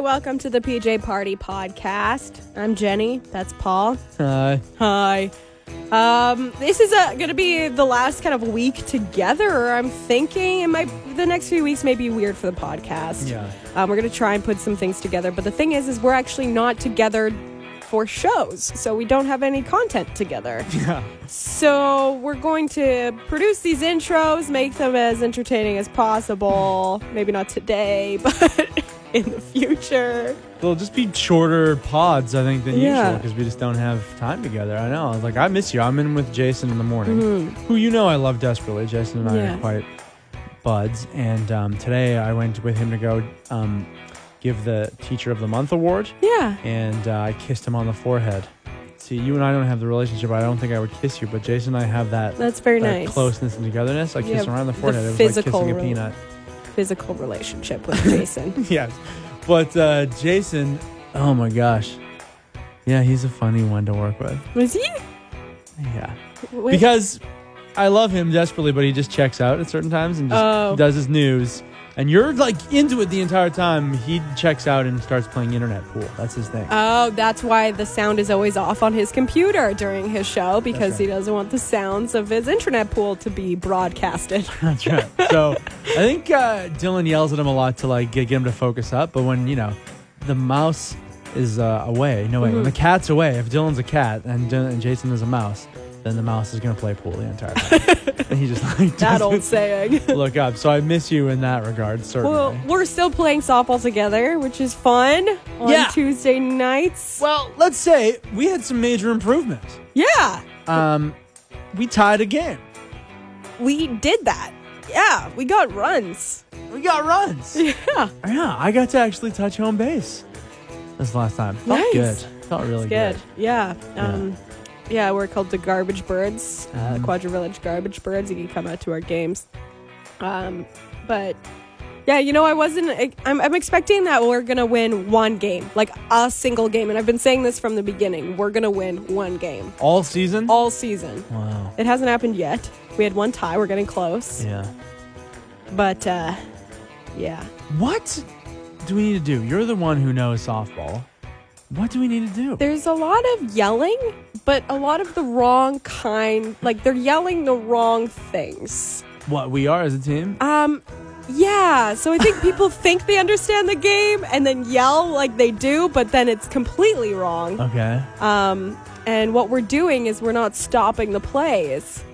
welcome to the PJ Party Podcast. I'm Jenny. That's Paul. Hi. Hi. Um, this is uh going to be the last kind of week together. I'm thinking it might the next few weeks may be weird for the podcast. Yeah. Um, we're going to try and put some things together, but the thing is, is we're actually not together for shows, so we don't have any content together. Yeah. So we're going to produce these intros, make them as entertaining as possible. Maybe not today, but in the future. They'll just be shorter pods, I think, than Yeah. usual because we just don't have time together. I know. Like, I miss you. I'm in with Jason in the morning, Mm-hmm. who you know I love desperately. Jason and I Yeah. are quite buds. And um, today I went with him to go um, give the Teacher of the Month award, Yeah. and uh, I kissed him on the forehead. See, you and I don't have the relationship. I don't think I would kiss you, but Jason and I have that. That's very that nice. closeness and togetherness. I You kissed have him around the the forehead. it was like physical kissing a rel- peanut. Physical relationship with Jason. yes. But uh, Jason, oh my gosh. Yeah, he's a funny one to work with. Was he? Yeah. Wait. Because I love him desperately, but he just checks out at certain times and just Oh. does his news. And you're like into it the entire time. He checks out and starts playing internet pool. That's his thing. Oh, that's why the sound is always off on his computer during his show because That's he right. doesn't want the sounds of his internet pool to be broadcasted. That's right. So I think uh, Dylan yells at him a lot to like get, get him to focus up. But when you know the mouse is uh, away, no way. When the cat's away, if Dylan's a cat and, Dylan, and Jason is a mouse, then the mouse is gonna play pool the entire time. and he just like That old doesn't saying. look up. So I miss you in that regard, certainly. Well, we're still playing softball together, which is fun on Yeah. Tuesday nights. Well, let's say we had some major improvements. yeah, Um, we tied a game. we did that. Yeah, we got runs. We got runs. Yeah, yeah, I got to actually touch home base this last time. Felt Nice. good. Felt really good. Yeah. Um, yeah, we're called the Garbage Birds, uh, Mhm. Quadra Village Garbage Birds. You can come out to our games. Um, but yeah, you know, I wasn't. I- I'm, I'm expecting that we're gonna win one game, like a single game, and I've been saying this from the beginning. We're gonna win one game All season? all season. wow. It hasn't happened yet. We had one tie. We're getting close. Yeah. But uh, yeah, What do we need to do? You're the one who knows softball. What do we need to do? there's a lot of yelling, but a lot of the wrong kind. Like they're yelling the wrong things. what we are as a team? Um, yeah. So I think people think they understand the game and then yell like they do, but then it's completely wrong. okay. Um, and what we're doing is we're not stopping the plays.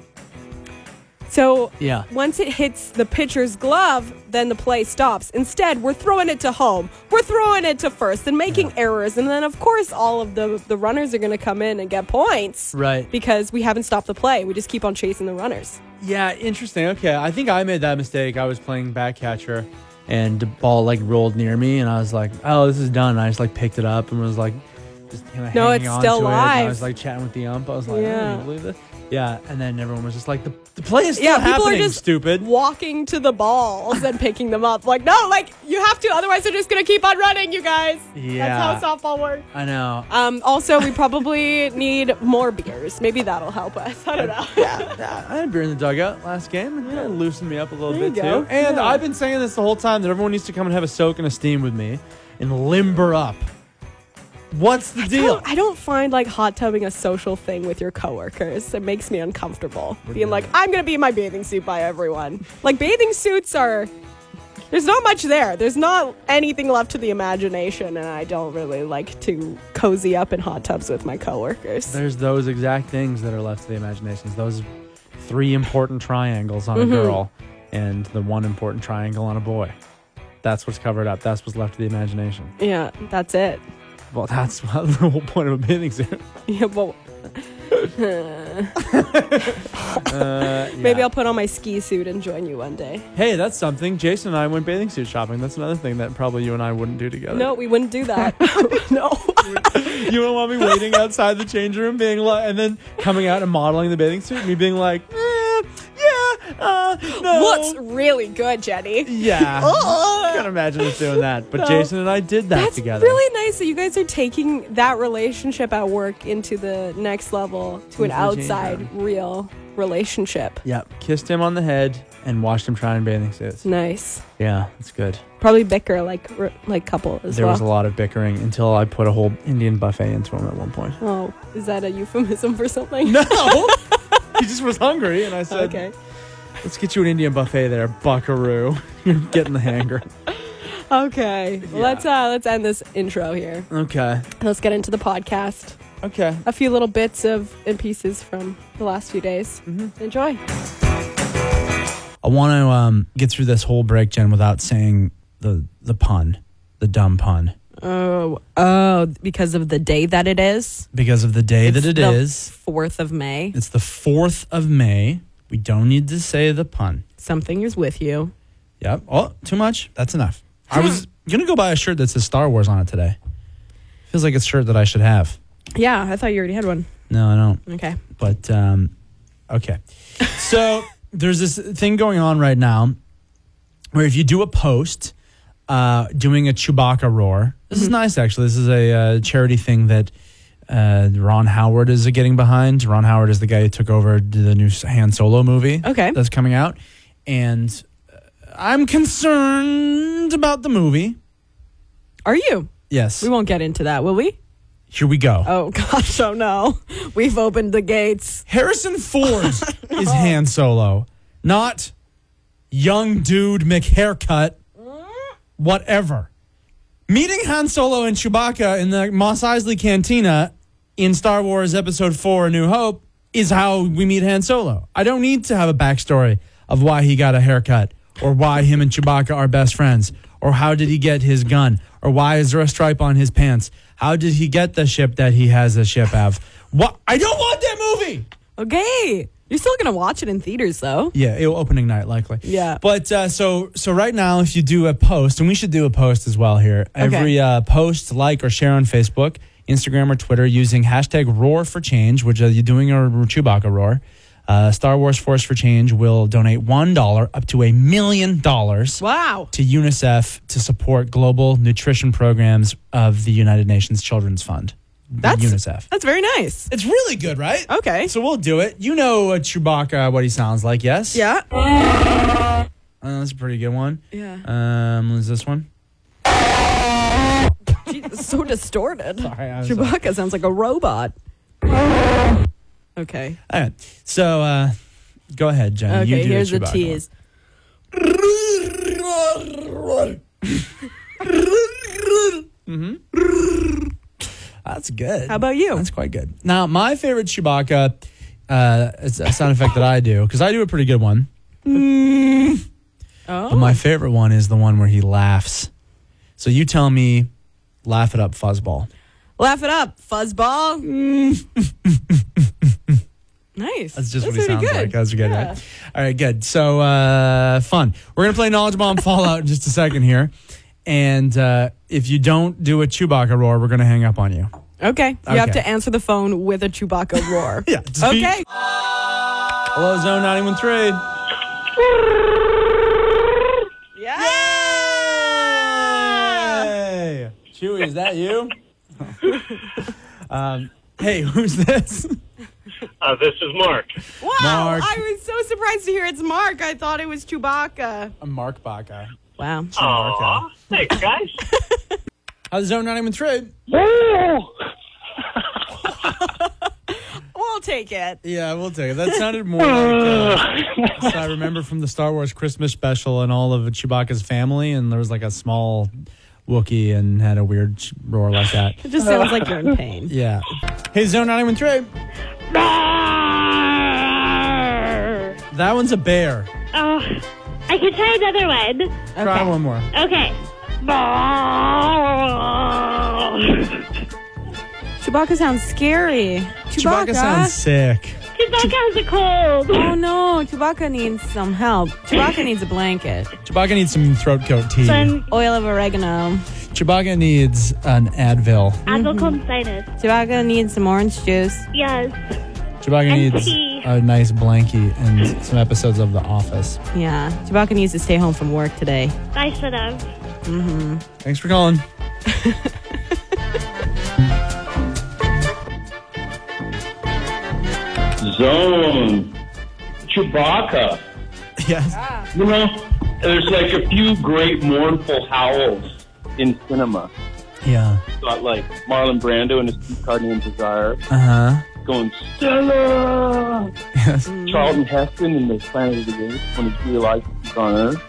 So Yeah. once it hits the pitcher's glove, then the play stops. Instead, we're throwing it to home. We're throwing it to first and making errors. And then, of course, all of the, the runners are going to come in and get points. Right. Because we haven't stopped the play. We just keep on chasing the runners. Yeah, interesting. Okay. I think I made that mistake. I was playing back catcher and the ball like rolled near me and I was like, oh, this is done. And I just like picked it up and was like, just kind of No, hanging it's on still to it. And live. I was like chatting with the ump. I was like, yeah. Yeah. oh, you believe this? Yeah. And then everyone was just like, the, the play is still Yeah, people are happening, just stupid. walking to the balls and picking them up. Like, no, like, you have to. Otherwise, they're just going to keep on running, you guys. Yeah. That's how softball works. I know. Um, also, we probably need more beers. Maybe that'll help us. I don't know. Uh, yeah, yeah, I had beer in the dugout last game. and It kind of loosened me up a little There bit you go. too. And Yeah. I've been saying this the whole time that everyone needs to come and have a soak and a steam with me and limber up. What's the I deal? don't, I don't find like hot tubbing a social thing with your coworkers. It makes me uncomfortable. Being like, I'm gonna be in my bathing suit by everyone. Like bathing suits are. There's not much there. There's not anything left to the imagination, and I don't really like to cozy up in hot tubs with my coworkers. There's those exact things that are left to the imaginations. Those three important triangles Mm-hmm. on a girl and the one important triangle on a boy. That's what's covered up. That's what's left to the imagination. Yeah, that's it. Well, that's what the whole point of a bathing suit. Yeah, well, Uh, maybe yeah. I'll put on my ski suit and join you one day. Hey, that's something. Jason and I went bathing suit shopping. That's another thing that probably you and I wouldn't do together. No, we wouldn't do that. no. You don't want me waiting outside the change room, being like, and then coming out and modeling the bathing suit, me being like, eh, yeah, uh, no. Looks really good, Jenny. Yeah. Oh. Can't imagine us doing that. But No. Jason and I did that That's together. really nice that you guys are taking that relationship at work into the next level to an Into the change outside room. real relationship. Yep. Kissed him on the head and watched him try on bathing suits. Nice. Yeah, it's good. Probably bicker like r- like couple as there well. was a lot of bickering until I put a whole Indian buffet into him at one point. oh, is that a euphemism for something? No, he just was hungry, and I said, okay. "Let's get you an Indian buffet there, Buckaroo. You're getting the hanger." Okay. Yeah. Let's uh let's end this intro here. okay. Let's get into the podcast. Okay. A few little bits of and pieces from the last few days. Mm-hmm. Enjoy. I want to um, get through this whole break, Jen, without saying the the pun, the dumb pun, Oh, oh, because of the day that it is. because of the day that it is. Fourth of May. It's the fourth of May. We don't need to say the pun. Something is with you. Yep. Oh, too much. That's enough. I was gonna go buy a shirt that says Star Wars on it today. Feels like a shirt that I should have. Yeah, I thought you already had one. No, I don't. Okay. But um, okay. So there's this thing going on right now where if you do a post uh, doing a Chewbacca roar, this Mm-hmm. is nice actually. This is a uh, charity thing that uh, Ron Howard is getting behind. Ron Howard is the guy who took over the new Han Solo movie Okay. that's coming out, and uh, I'm concerned about the movie. Are you? Yes, We won't get into that, will we? here we go. Oh gosh, oh no. We've opened the gates. Harrison Ford is Han Solo, not young dude McHaircut, whatever. Meeting Han Solo and Chewbacca in the Mos Eisley Cantina in Star Wars Episode 4 A New Hope is how we meet Han Solo. I don't need to have a backstory of why he got a haircut or why him and Chewbacca are best friends or how did he get his gun or why is there a stripe on his pants? How did he get the ship that he has a ship of? What? I don't want that movie! Okay. You're still gonna watch it in theaters though. Yeah, it- opening night likely. Yeah. But uh, so so right now, if you do a post, and we should do a post as well here. Every uh, post, like or share on Facebook, Instagram, or Twitter using hashtag Roar for Change, which uh, you're doing a Chewbacca roar. Uh, Star Wars Force for Change will donate one dollar up to a million dollars Wow. to UNICEF to support global nutrition programs of the United Nations Children's Fund. That's- UNICEF. That's very nice. It's really good, right? Okay. So we'll do it. You know uh, Chewbacca, what he sounds like, yes? Yeah. Uh, that's a pretty good one. Yeah. Um, is this one? She's so distorted. Sorry, I'm sorry. Chewbacca sounds like a robot. Okay. All right. So, uh, go ahead, Jen. Okay, you do here's the the Chewbacca tease. one. Mm-hmm. That's good. How about you? That's quite good. Now, my favorite Chewbacca uh, is a sound effect that I do because I do a pretty good one. But Oh. my favorite one is the one where he laughs. So you tell me, laugh it up, fuzzball. Laugh it up, fuzzball. nice. That's just what he pretty sounds good. like. That's good, Yeah. right? All right, good. So uh, fun. We're gonna play Knowledge Bomb Fallout in just a second here, and uh, if you don't do a Chewbacca roar, we're gonna hang up on you. Okay. You have Okay. to answer the phone with a Chewbacca roar. Yeah, just be- Okay. Hello, Zone 913. Yay! Chewy, is that you? um, hey, who's this? Uh, this is Mark. Wow! Mark. I was so surprised to hear it's Mark. I thought it was Chewbacca. Mark Baca. Wow. Oh, Aw, thanks, guys. How's Zone 913? Oh, We'll take it. Yeah, we'll take it. That sounded more like uh, so I remember from the Star Wars Christmas special and all of Chewbacca's family, and there was like a small Wookiee and had a weird ch- roar like that. It just sounds like you're in pain. Yeah. Hey, Zone 913. That one's a bear. Oh, I could try another one. Try one more. Okay. Chewbacca sounds scary. Chewbacca, sounds sick. Chewbacca has a cold. Oh no, Chewbacca needs some help. Chewbacca needs a blanket, Chewbacca needs some throat coat tea. Then oil of oregano. Chewbacca needs an Advil. Advil cold sinus. Chewbacca needs some orange juice. Yes. Chewbacca And needs tea. a nice blankie and some episodes of The Office. Yeah, Chewbacca needs to stay home from work today. I should have. Thanks for calling. Zone. Chewbacca. Yes. You know, there's like a few great mournful howls in cinema. Yeah. Got like Marlon Brando and his two Named Desire Uh huh. going Stella. Yes. Charlton Heston in the Planet of the Apes when he realizes he's on Earth.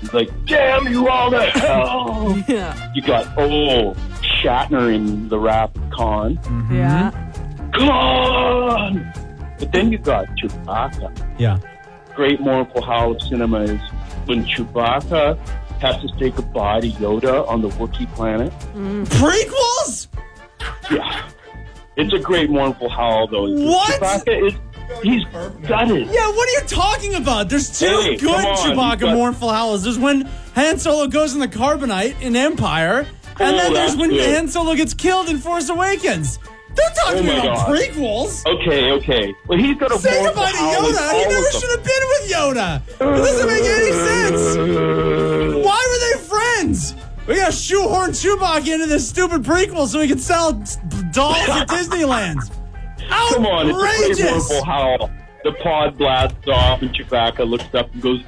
He's like, damn you all to hell! Yeah. you got old Shatner in the rap Con. Mm-hmm. Yeah. Con! But then you got Chewbacca. Yeah. great mournful howl of cinema is when Chewbacca has to say goodbye to Yoda on the Wookiee planet. Prequels? Yeah. It's a great mournful howl, though. What? Chewbacca is, he's gutted. Yeah, what are you talking about? There's two Hey, good come on, Chewbacca you got- mournful howls. There's when Han Solo goes in the carbonite in Empire, and Oh, then there's that's when good. Han Solo gets killed in Force Awakens. They're Oh talking my about God. prequels. Okay, okay. Well, he's got a Say mournful goodbye to howl with Yoda. He all never of them. should have been with Yoda. It doesn't make any sense. Why were they friends? We gotta shoehorn Chewbacca into this stupid prequel so we can sell dolls at Disneyland. Outrageous. Come on, it's a great mournful howl. The pod blasts off, and Chewbacca looks up and goes,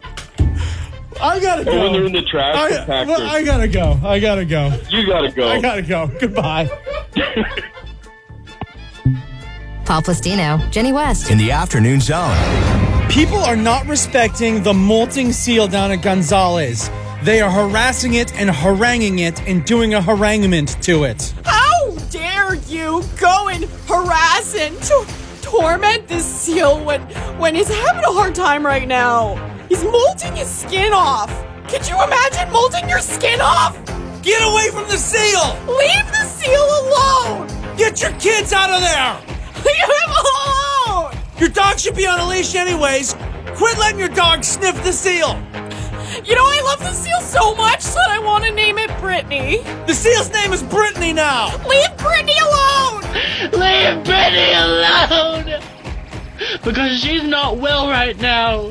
I gotta and Oh, when they're go. in the trash I, compactor, Oh, well, I gotta go. I gotta go. you gotta go. I gotta go. Goodbye. Paul Plastino, Jenny West. In the afternoon zone. People are not respecting the molting seal down at Gonzales. They are harassing it and haranguing it and doing a haranguement to it. How dare you go and harass and to- torment this seal when when he's having a hard time right now? He's molting his skin off. Could you imagine molting your skin off? Get away from the seal! Leave the seal alone! Get your kids out of there! Leave him alone! Your dog should be on a leash anyways. Quit letting your dog sniff the seal. You know I love the seal so much that I want to name it Brittany. The seal's name is Brittany now. Leave Brittany alone! Leave Brittany alone! Because she's not well right now.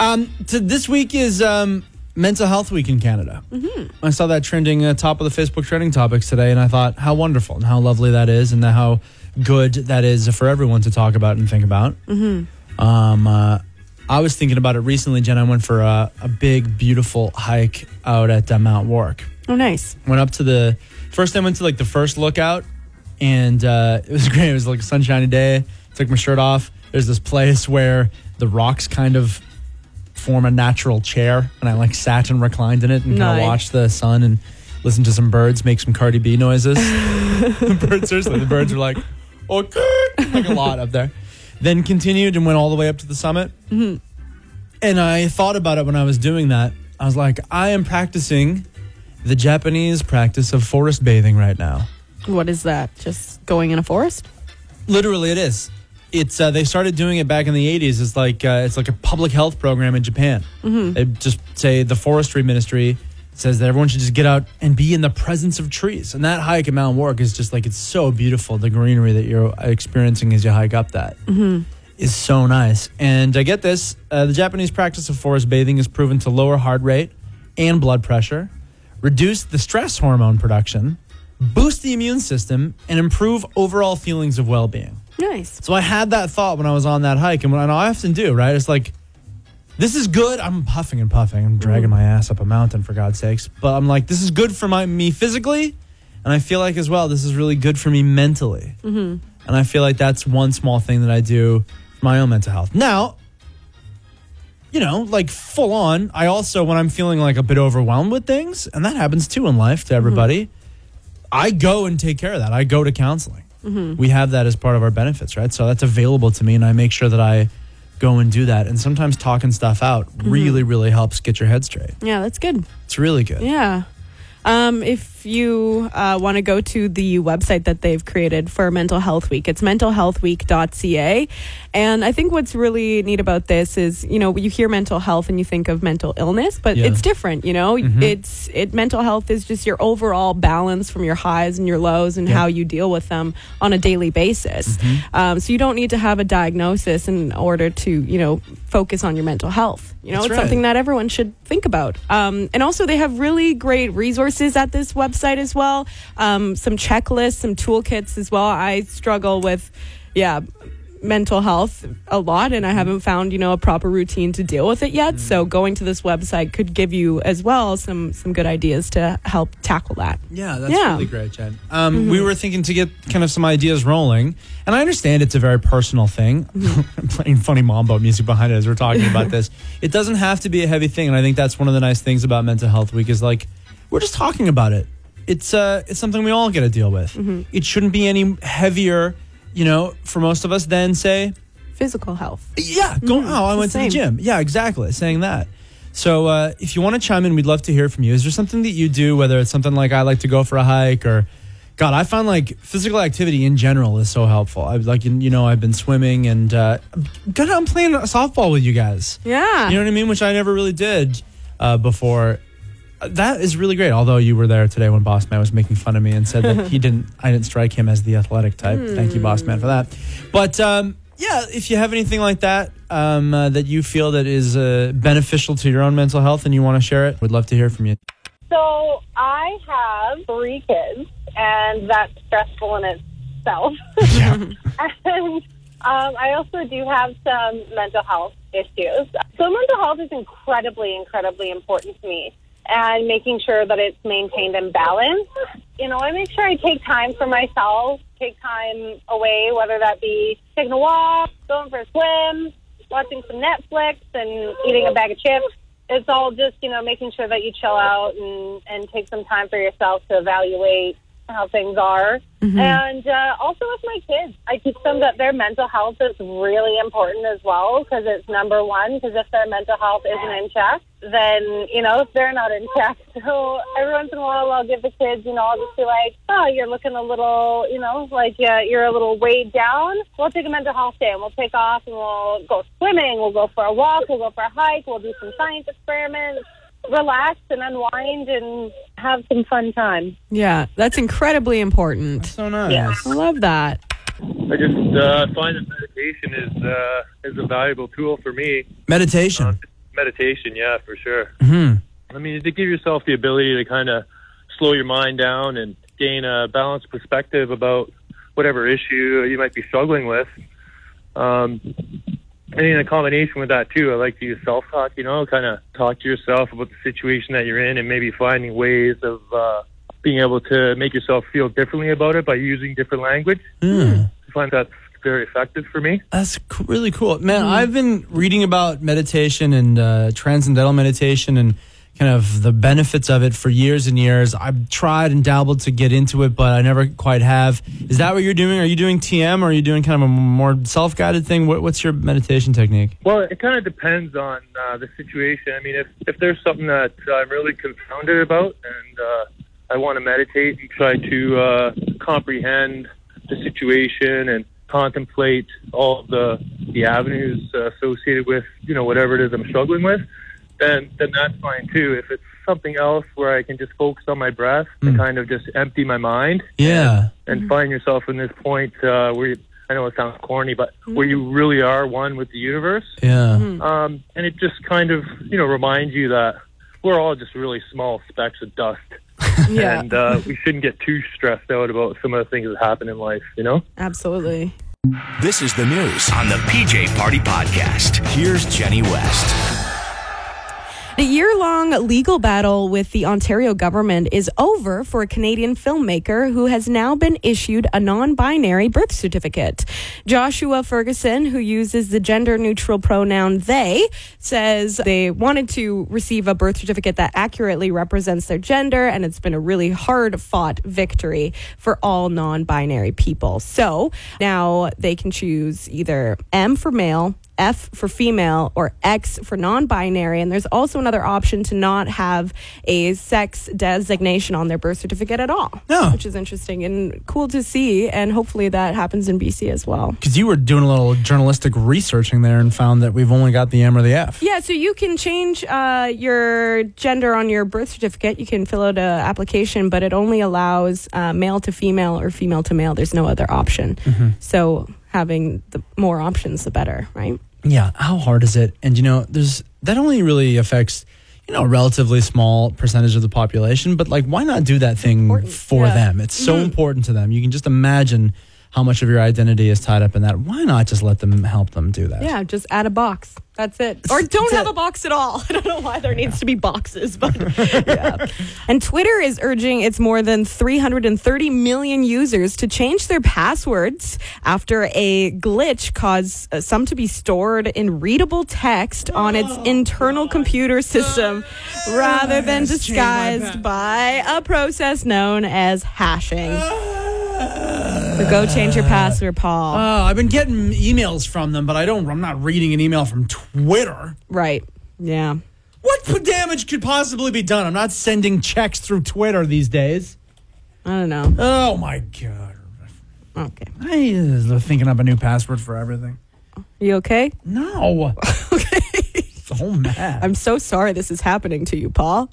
Um, to, this week is um, Mental Health Week in Canada. Mm-hmm. I saw that trending uh, top of the Facebook trending topics today, and I thought how wonderful and how lovely that is, and how good that is for everyone to talk about and think about. Mm-hmm. Um, uh, I was thinking about it recently, Jen. I went for a, a big, beautiful hike out at uh, Mount Wark. Oh, nice. Went up to the first. I went to like the first lookout, and uh, it was great. It was like a sunshiny day. Took my shirt off. There's this place where the rocks kind of form a natural chair, and I like sat and reclined in it and kind Nice. of watched the sun and listened to some birds make some Cardi B noises. the birds, seriously, the birds were like, okay, like a lot up there. Then continued and went all the way up to the summit. And I thought about it when I was doing that. I was like, I am practicing the Japanese practice of forest bathing right now. What is that? Just going in a forest? Literally, it is. It's uh, they started doing it back in the '80s. It's like uh, it's like a public health program in Japan. They just say the forestry ministry says that everyone should just get out and be in the presence of trees. And that hike at Mount Wark is just like it's so beautiful. The greenery that you're experiencing as you hike up that is so nice. And I get this: uh, the Japanese practice of forest bathing is proven to lower heart rate and blood pressure, reduce the stress hormone production, boost the immune system, and improve overall feelings of well-being. Nice. So I had that thought when I was on that hike, and when and I often do, right? It's like, this is good. I'm puffing and puffing. I'm dragging my ass up a mountain for God's sakes. But I'm like, this is good for my me physically, and I feel like as well, this is really good for me mentally. Mm-hmm. And I feel like that's one small thing that I do for my own mental health. Now, you know, like full on. I also when I'm feeling like a bit overwhelmed with things, and that happens too in life to everybody. I go and take care of that. I go to counseling. We have that as part of our benefits, right? So that's available to me, and I make sure that I go and do that. And sometimes talking stuff out really, really helps get your head straight. Yeah, that's good. It's really good. Yeah. Um, if you uh, want to go to the website that they've created for Mental Health Week, it's mentalhealthweek.ca. And I think what's really neat about this is, you know, you hear mental health and you think of mental illness, but Yeah. it's different. You know, it's it mental health is just your overall balance from your highs and your lows and how you deal with them on a daily basis. Um, so you don't need to have a diagnosis in order to, you know, focus on your mental health. You know, That's it's right. something that everyone should think about. Um, and also, they have really great resources at this website as well. Um, some checklists, some toolkits as well. I struggle with, yeah, mental health a lot, and I haven't found you know a proper routine to deal with it yet. So going to this website could give you as well some some good ideas to help tackle that. Yeah, that's Yeah. really great, Jen. Um, We were thinking to get kind of some ideas rolling, and I understand it's a very personal thing. I'm playing funny mambo music behind it as we're talking about this. It doesn't have to be a heavy thing, and I think that's one of the nice things about Mental Health Week is like we're just talking about it. It's uh, it's something we all get to deal with. It shouldn't be any heavier, you know, for most of us than say Physical health. yeah, go. Oh, I went same. to the gym. Yeah, exactly. Saying that. So uh, if you want to chime in, we'd love to hear from you. Is there something that you do, whether it's something like I like to go for a hike or, God, I find like physical activity in general is so helpful. I like you, you know I've been swimming and uh, God, I'm playing softball with you guys. Yeah. You know what I mean? Which I never really did uh, before. Uh, That is really great. Although you were there today when Boss Man was making fun of me and said that he didn't, I didn't strike him as the athletic type. Thank you, Boss Man, for that. But um, yeah, if you have anything like that um, uh, that you feel that is uh, beneficial to your own mental health and you want to share it, we'd love to hear from you. So I have three kids, and that's stressful in itself. and um, I also do have some mental health issues. So mental health is incredibly, incredibly important to me, and making sure that it's maintained and balanced. You know, I make sure I take time for myself, take time away, whether that be taking a walk, going for a swim, watching some Netflix, and eating a bag of chips it's all just you know making sure that you chill out and and take some time for yourself to evaluate how things are and uh, also with my kids i teach them that their mental health is really important as well because it's number one because if their mental health isn't in check then you know they're not in check so every once in a while i'll give the kids you know i'll just be like oh you're looking a little you know like uh, you're a little weighed down we'll take a mental health day and we'll take off and we'll go swimming we'll go for a walk we'll go for a hike we'll do some science experiments relax and unwind and have some fun time Yeah, that's incredibly important. So nice. I love that. I just uh, find that meditation is uh, is a valuable tool for me. Meditation. Meditation, yeah, for sure. I mean, to give yourself the ability to kind of slow your mind down and gain a balanced perspective about whatever issue you might be struggling with. Um, and in a combination with that too, I like to use self talk. You know, kind of talk to yourself about the situation that you're in, and maybe finding ways of uh, being able to make yourself feel differently about it by using different language. I find that's very effective for me. That's c- really cool, man. I've been reading about meditation and uh, transcendental meditation and kind of the benefits of it for years and years. I've tried and dabbled to get into it, but I never quite have. Is that what you're doing? Are you doing TM? Or are you doing kind of a more self guided thing? What, what's your meditation technique? Well, it kind of depends on uh, the situation. I mean, if if there's something that I'm really confounded about and uh, I want to meditate and try to uh, comprehend the situation and contemplate all the the avenues uh, associated with you know whatever it is I'm struggling with, then then that's fine too. If it's something else where I can just focus on my breath and kind of just empty my mind, Yeah, and find yourself in this point uh, where you, I know it sounds corny, but where you really are one with the universe. yeah, Um, and it just kind of, you know, reminds you that we're all just really small specks of dust. Yeah, And uh, we shouldn't get too stressed out about some of the things that happen in life, you know? absolutely. This is the news on the PJ Party Podcast. Here's Jenny West. The year long legal battle with the Ontario government is over for a Canadian filmmaker who has now been issued a non binary birth certificate. Joshua Ferguson, who uses the gender neutral pronoun they, says they wanted to receive a birth certificate that accurately represents their gender, and it's been a really hard fought victory for all non binary people. So now they can choose either M for male. F for female or X for non binary. And there's also another option to not have a sex designation on their birth certificate at all. No. Which is interesting and cool to see. And hopefully that happens in BC as well. Because you were doing a little journalistic researching there and found that we've only got the M or the F. Yeah, so you can change uh, your gender on your birth certificate. You can fill out an application, but it only allows uh, male to female or female to male. There's no other option. So having the more options, the better, right? Yeah, how hard is it? And you know, there's that only really affects you know a relatively small percentage of the population, but like why not do that thing for them? It's so important to them. You can just imagine how much of your identity is tied up in that. Why not just let them help them do that? Yeah, just add a box. That's it. Or don't have a box at all. I don't know why there needs to be boxes, but yeah. And Twitter is urging its more than 330 million users to change their passwords after a glitch caused uh, some to be stored in readable text on its internal computer system rather than disguised by a process known as hashing. So go change your password, Paul. Oh, I've been getting emails from them, but I don't. I'm not reading an email from Twitter. Right. Yeah. What p- damage could possibly be done? I'm not sending checks through Twitter these days. I don't know. Oh my god. Okay. I uh, thinking up a new password for everything. You okay? No. okay. So mad. I'm so sorry this is happening to you, Paul.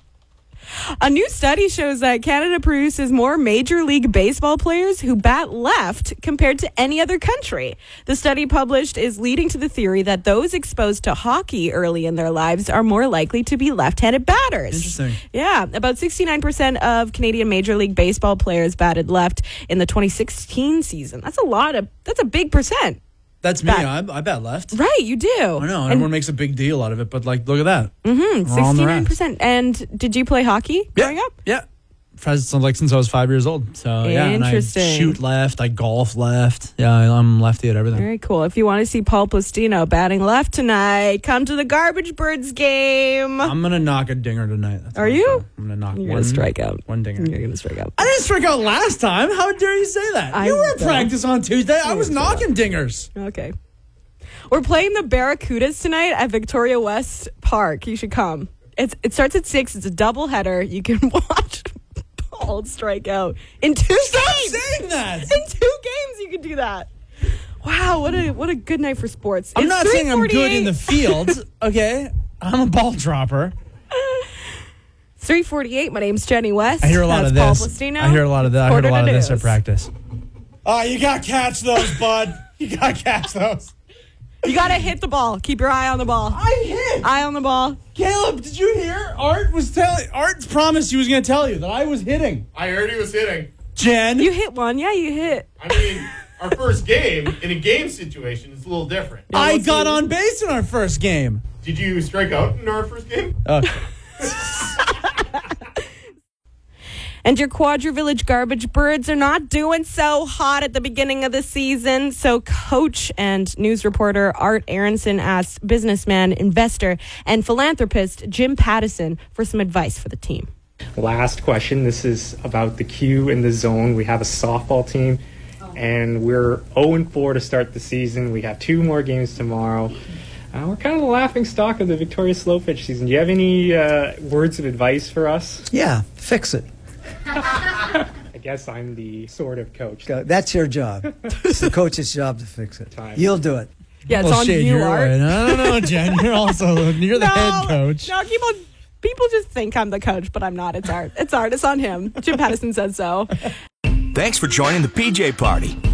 A new study shows that Canada produces more Major League Baseball players who bat left compared to any other country. The study published is leading to the theory that those exposed to hockey early in their lives are more likely to be left handed batters. Interesting. Yeah, about 69% of Canadian Major League Baseball players batted left in the 2016 season. That's a lot of, that's a big percent. That's me. I, I bet left. Right, you do. I know. Everyone makes a big deal out of it, but like, look at that. Mm-hmm, We're on the rise. 69%. And did you play hockey growing up? Yeah. Fres- like since I was five years old. So yeah. and I Interesting. shoot left. I golf left. Yeah, I- I'm lefty at everything. Very cool. If you want to see Paul Plastino batting left tonight, come to the Garbage Birds game. I'm gonna knock a dinger tonight. That's Are what I'm you? doing. I'm gonna knock You're one gonna strike out. One dinger. You're gonna strike out. I didn't strike out last time. How dare you say that? I you were at know. practice on Tuesday. I was knocking dingers. Okay. We're playing the Barracudas tonight at Victoria West Park. You should come. It's, it starts at six. It's a double header. You can watch Paul strike out in two games. saying that. In two games, you can do that. Wow, what a what a good night for sports. I'm It's not saying I'm good in 3:48. the field. okay, I'm a ball dropper. 348. My name's Jenny West. I hear a lot That's of this. Paul Plastino. I hear a lot of that. I heard Quarter a lot to of this at news. practice. Oh, you got to catch those, bud. you got to catch those. You gotta hit the ball. Keep your eye on the ball. I hit. Eye on the ball. Caleb, did you hear? Art was telling. Art promised he was going to tell you that I was hitting. I heard he was hitting. Jen, You hit one. Yeah, you hit. I mean, our first game in a game situation is a little different. I got on base in our first game. Did you strike out in our first game? Okay. And your Quadra Village garbage birds are not doing so hot at the beginning of the season. So, coach and news reporter Art Aronson asked businessman, investor, and philanthropist Jim Pattison for some advice for the team. Last question. This is about the Q in the zone. We have a softball team, and we're 0 and 4 to start the season. We have two more games tomorrow. Uh, we're kind of the laughing stock of the Victoria Slow Pitch season. Do you have any uh, words of advice for us? Yeah, fix it. I guess I'm the sort of coach. Go- That's your job. it's the coach's job to fix it. You'll do it. Yeah, it's on you, Art. I don't know, Jen. You're also you're the head coach. No, people, people just think I'm the coach, but I'm not. It's Art. It's Art. It's on him. Jim Pattison said so. Thanks for joining the PJ Party.